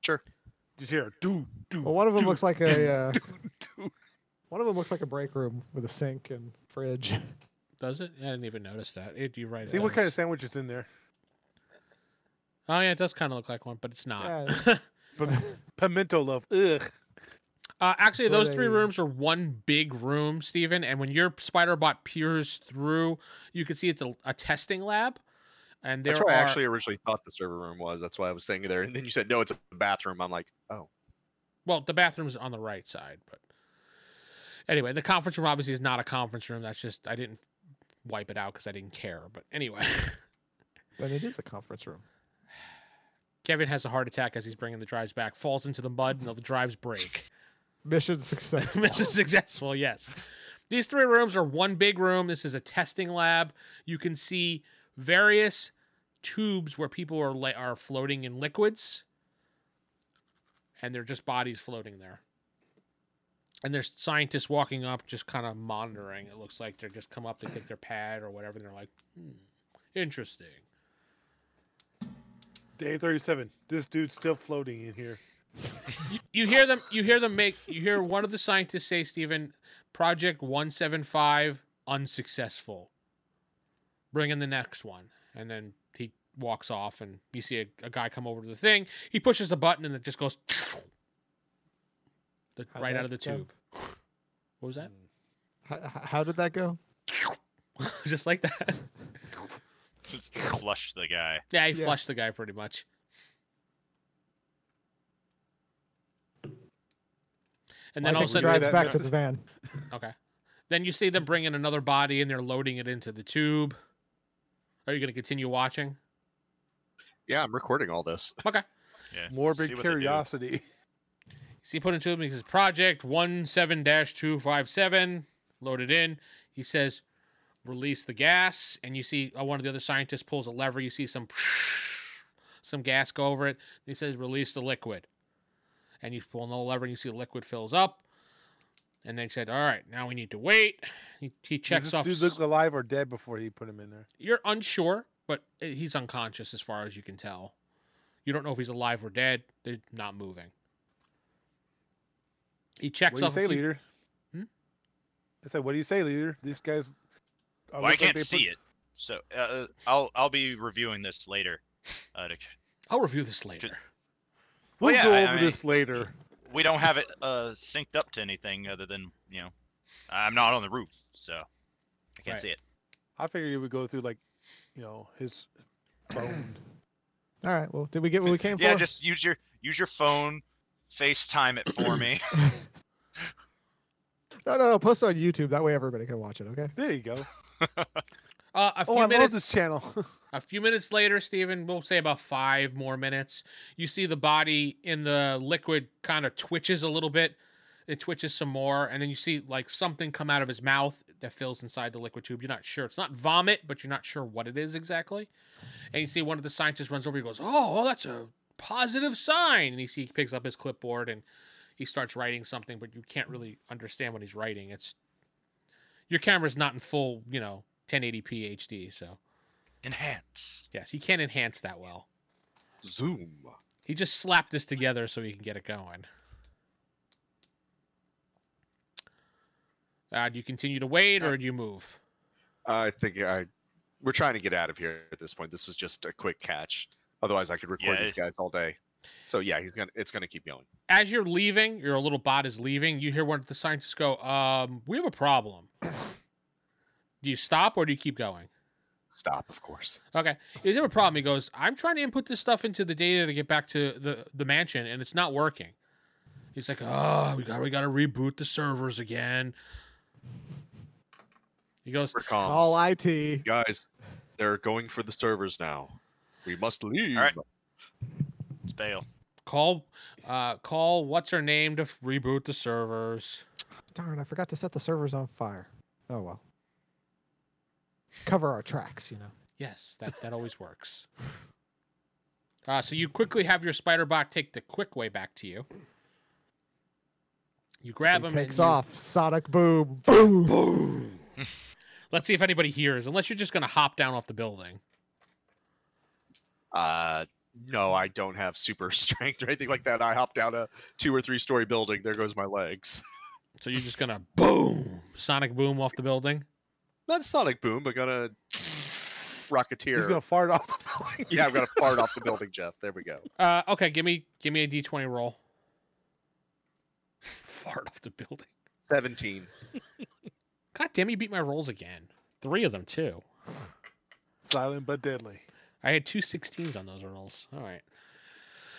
S4: Just here, do do.
S6: Well, one of them
S4: do,
S6: looks like
S4: do,
S6: a uh,
S4: do.
S6: one of them looks like a break room with a sink and fridge.
S2: Does it? I didn't even notice that. It, you're right. it
S4: See what
S2: does.
S4: kind of sandwich is in there.
S2: Oh yeah, it does kind of look like one, but it's not.
S6: Yeah,
S4: Pim- Pimento loaf. Ugh.
S2: Uh, actually,
S6: But
S2: those three
S6: I-
S2: rooms are one big room, Steven. And when your spider bot peers through, you can see it's a, a testing lab. And there
S3: That's what I
S2: are
S3: actually originally thought the server room was. That's why I was saying there. And then you said, no, it's a bathroom. I'm like, oh.
S2: well, the bathroom's on the right side, but anyway, the conference room obviously is not a conference room. That's just I didn't wipe it out because I didn't care. But anyway,
S6: Then it is a conference room.
S2: Kevin has a heart attack as he's bringing the drives back, falls into the mud, and the drives break.
S6: Mission success.
S2: Mission successful, yes. These three rooms are one big room. This is a testing lab. You can see various tubes where people are la- are floating in liquids, and they're just bodies floating there. And there's scientists walking up, just kind of monitoring. It looks like they're just come up, they take their pad or whatever, and they're like, hmm, interesting.
S4: Day 37. This dude's still floating in here.
S2: you hear them you hear them make you hear one of the scientists say stephen project 175 unsuccessful bring in the next one and then he walks off and you see a, a guy come over to the thing he pushes the button and it just goes the,
S6: How'd
S2: right
S6: that
S2: out of the
S6: go?
S2: tube what was that
S6: how, how did that go? Hmm.
S2: just like that
S5: Just flush the guy.
S2: yeah he
S6: Yeah.
S2: flushed the guy pretty much and then
S6: I
S2: all of a
S6: think
S2: sudden
S6: we
S4: drive that
S6: drives back to
S4: message-
S6: the van.
S2: Okay. Then you see them bring in another body and they're loading it into the tube. Are you going to continue watching?
S3: Yeah, I'm recording all this.
S5: Yeah. see
S4: Morbid
S5: what they do.
S4: curiosity.
S2: You see, put into him, he says, Project 17 257, loaded in. He says, release the gas. And you see uh, one of the other scientists pulls a lever. You see some some gas go over it. He says, release the liquid. And you pull another lever and you see the liquid fills up. And they said, all right, now we need to wait. He, he checks
S4: Does this
S2: off.
S4: dude
S2: s-
S4: look alive or dead before he put him in there?
S2: you're unsure, but eh, he's unconscious as far as you can tell. You don't know if he's alive or dead. They're not moving. He checks
S4: What do you
S2: off. a
S4: say,
S2: few-
S4: leader?
S2: Hmm?
S4: I said, what do you say, leader? These guys. I
S5: Well, I can't see it, so uh, uh, I'll I'll be reviewing this later. Uh, to,
S2: I'll review this later.
S4: We'll
S5: Well, yeah,
S4: go
S5: I-
S4: over
S5: I
S4: this later.
S5: we don't have it uh, synced up to anything other than you know, I'm not on the roof, so I can't
S2: Right.
S5: see it.
S4: I figured he would go through like, you know, his phone.
S6: All right. Well, did we get what we came
S5: Yeah,
S6: for?
S5: just use your use your phone, FaceTime it for me.
S6: No, no, no. Post it on YouTube. That way everybody can watch it. Okay.
S4: There you go.
S2: Uh, a few
S4: Oh, I love
S2: minutes.
S4: this channel.
S2: A few minutes later, Steven, we'll say about five more minutes. You see the body in the liquid kind of twitches a little bit. It twitches some more, and then you see like something come out of his mouth that fills inside the liquid tube. You're not sure. It's not vomit, but you're not sure what it is exactly. And you see one of the scientists runs over. He goes, "Oh, well, that's a positive sign." And you see he picks up his clipboard and he starts writing something, but you can't really understand what he's writing. It's your camera's not in full, you know, 1080p HD, so.
S5: Enhance.
S2: Yes, he can't enhance that well.
S3: Zoom.
S2: He just slapped this together so he can get it going. Uh, do you continue to wait or do you move?
S3: I think I we're trying to get out of here at this point. This was just a quick catch. Otherwise, I could record
S5: Yeah.
S3: these guys all day. So yeah, he's gonna. It's gonna keep going.
S2: As you're leaving, your little bot is leaving. You hear one of the scientists go, um, "We have a problem." do you stop or do you keep going?
S3: Stop, of course.
S2: Okay, you have a problem. He goes, "I'm trying to input this stuff into the data to get back to the the mansion, and it's not working." He's like, "Oh, we got we got to reboot the servers again." He goes,
S3: We're calm.
S6: All IT.
S3: guys, they're going for the servers now. We must leave.
S5: right. It's bail.
S2: call uh call what's her name to f- reboot the servers
S6: Darn, I forgot to set the servers on fire. Oh well. Cover our tracks, you know.
S2: yes that that always works uh so you quickly have your spider bot take the quick way back to you you grab
S6: He
S2: him
S6: takes
S2: and you-
S6: off. Sonic boom. Boom. Boom.
S2: let's see if anybody hears unless you're just gonna hop down off the building
S3: Uh, no, I don't have super strength or anything like that. I hop down a two or three story building. There goes my legs.
S2: so you're just gonna boom sonic boom off the building
S3: Not sonic boom, but gonna
S4: He's gonna
S3: rocketeer.
S4: fart off the building.
S3: Yeah, I'm gonna fart off the building, Jeff. There we go.
S2: uh okay give me give me a d20 roll fart off the building.
S3: Seventeen.
S2: God damn, you beat my rolls again. Three of them too.
S4: Silent but deadly.
S2: I had two 16s on those rolls. All right.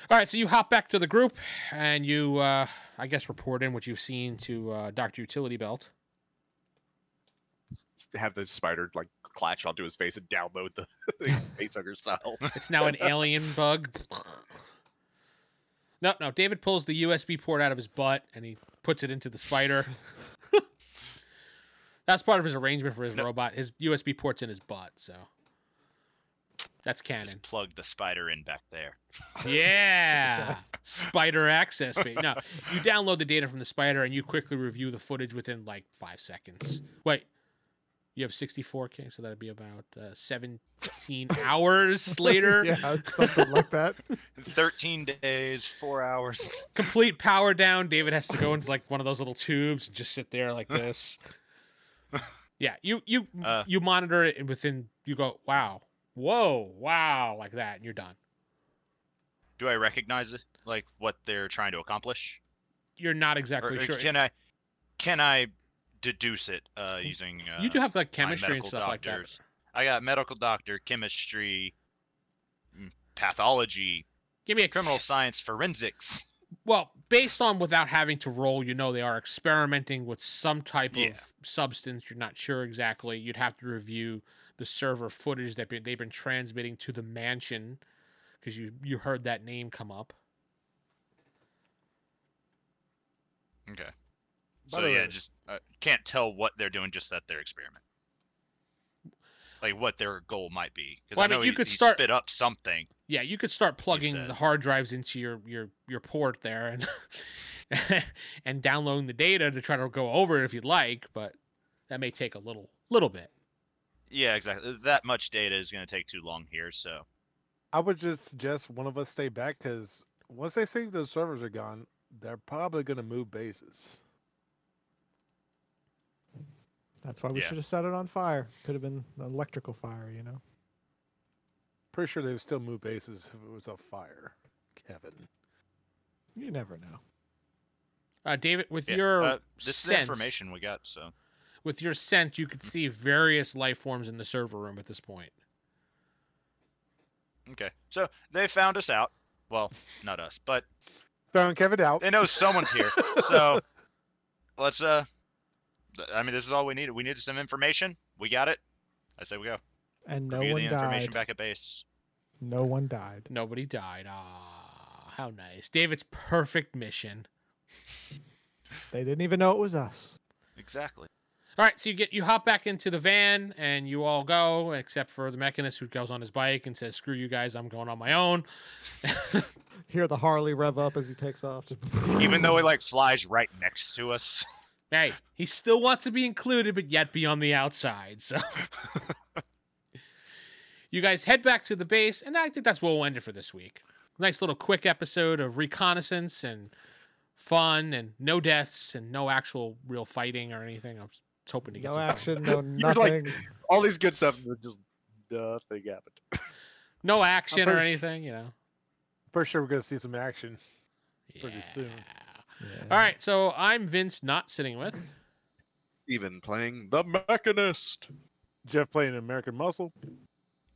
S2: All right, so you hop back to the group and you, uh, I guess, report in what you've seen to uh, Dr. Utility Belt.
S3: Have the spider like clatch onto his face and download the the facehugger style.
S2: It's now an alien bug. No, no. David pulls the USB port out of his butt and he puts it into the spider. That's part of his arrangement for his
S5: No.
S2: robot. His USB port's in his butt, so that's canon.
S5: Just plug the spider in back there.
S2: Yeah, spider access. Baby. No, you download the data from the spider and you quickly review the footage within like five seconds. Wait, you have 64k, so that'd be about uh, 17 hours later.
S6: yeah, it's something like that.
S5: Thirteen days, four hours.
S2: complete power down. David has to go into like one of those little tubes and just sit there like this. Yeah, you you
S5: Uh.
S2: you monitor it and within you go wow, whoa, wow, like that, and you're done.
S5: Do I recognize it? Like what they're trying to accomplish?
S2: You're not
S5: Or,
S2: exactly
S5: or
S2: sure.
S5: can I can I deduce it uh, using? Uh,
S2: you do have like chemistry and
S5: medical
S2: stuff like
S5: doctors. I got medical doctor, chemistry, mm, pathology,
S2: that. Give me a
S5: criminal science, forensics.
S2: Well, based on without having to roll, you know they are experimenting with some type
S5: Yeah.
S2: of substance. You're not sure exactly. You'd have to review the server footage that be- they've been transmitting to the mansion because you you heard that name come up.
S5: Okay.
S4: By
S5: so
S4: the
S5: yeah,
S4: way-
S5: just uh, can't tell what they're doing, just that they're experimenting. Like what their goal might be, because
S2: Well, I
S5: I know
S2: mean, you
S5: he,
S2: could
S5: he
S2: start-
S5: spit up something.
S2: Yeah, you could start plugging
S5: said.
S2: the hard drives into your your your port there and and downloading the data to try to go over it if you'd like, but that may take a little little bit.
S5: Yeah, exactly. That much data is going to take too long here, so
S4: I would just suggest one of us stay back because once they see those servers are gone, they're probably going to move bases.
S6: That's why we
S5: Yeah.
S6: should have set it on fire. Could have been an electrical fire, you know.
S4: Pretty sure they would still move bases if it was a fire, Kevin.
S6: You never know.
S2: Uh, David, with
S5: yeah.
S2: your
S5: uh, this
S2: sense,
S5: is the information we got. So
S2: with your scent, you could see various life forms in the server room at this point.
S5: okay, so they found us out. Well, not us, but
S4: Found Kevin out.
S5: they know someone's here. So let's uh, th- I mean, this is all we needed. We needed some information. We got it. I say we go.
S6: And no
S5: Review
S6: one
S5: the information
S6: died.
S5: back at base.
S6: No one died.
S2: Nobody died. Ah, how nice. David's perfect mission.
S6: They didn't even know it was us.
S5: Exactly.
S2: All right, so you get you hop back into the van and you all go, except for the mechanist who goes on his bike and says, "Screw you guys, I'm going on my own."
S6: Hear the Harley rev up as he takes off. Just
S5: Even though it like flies right next to us.
S2: Hey, he still wants to be included, but yet be on the outside. So you guys head back to the base, and I think that's where we'll end it for this week. Nice little quick episode of reconnaissance and fun, and no deaths and no actual real fighting or anything. I was hoping to get
S6: no
S2: some fun.
S6: action, no
S3: You're like-
S6: nothing.
S3: All these good stuff, and just nothing happened.
S2: no action or
S4: pretty-
S2: anything, you know.
S4: Pretty sure we're going to see some action. Pretty
S2: Yeah.
S4: soon.
S2: All right, so I'm Vince, not sitting with.
S3: Steven playing the mechanist.
S4: Jeff playing American Muscle.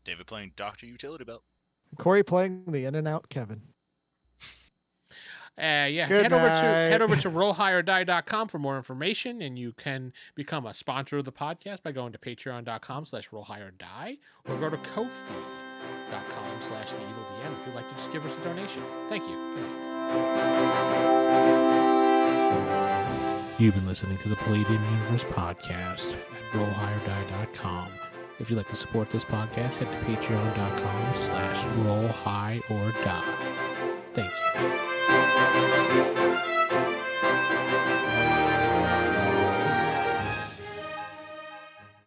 S5: David playing Doctor Utility Belt.
S6: Corey playing the in and out Kevin.
S2: Uh, yeah,
S6: Good
S2: head over to
S6: night.
S2: head over to rollhighordie.com for more information, and you can become a sponsor of the podcast by going to patreon.com slash rollhighordie or go to ko-fi.com slash the evil DM if you'd like to just give us a donation. Thank you. Good night. You've been listening to the Palladium Universe podcast at rollhighordie.com. If you'd like to support this podcast, head to patreon.com slash roll high or die.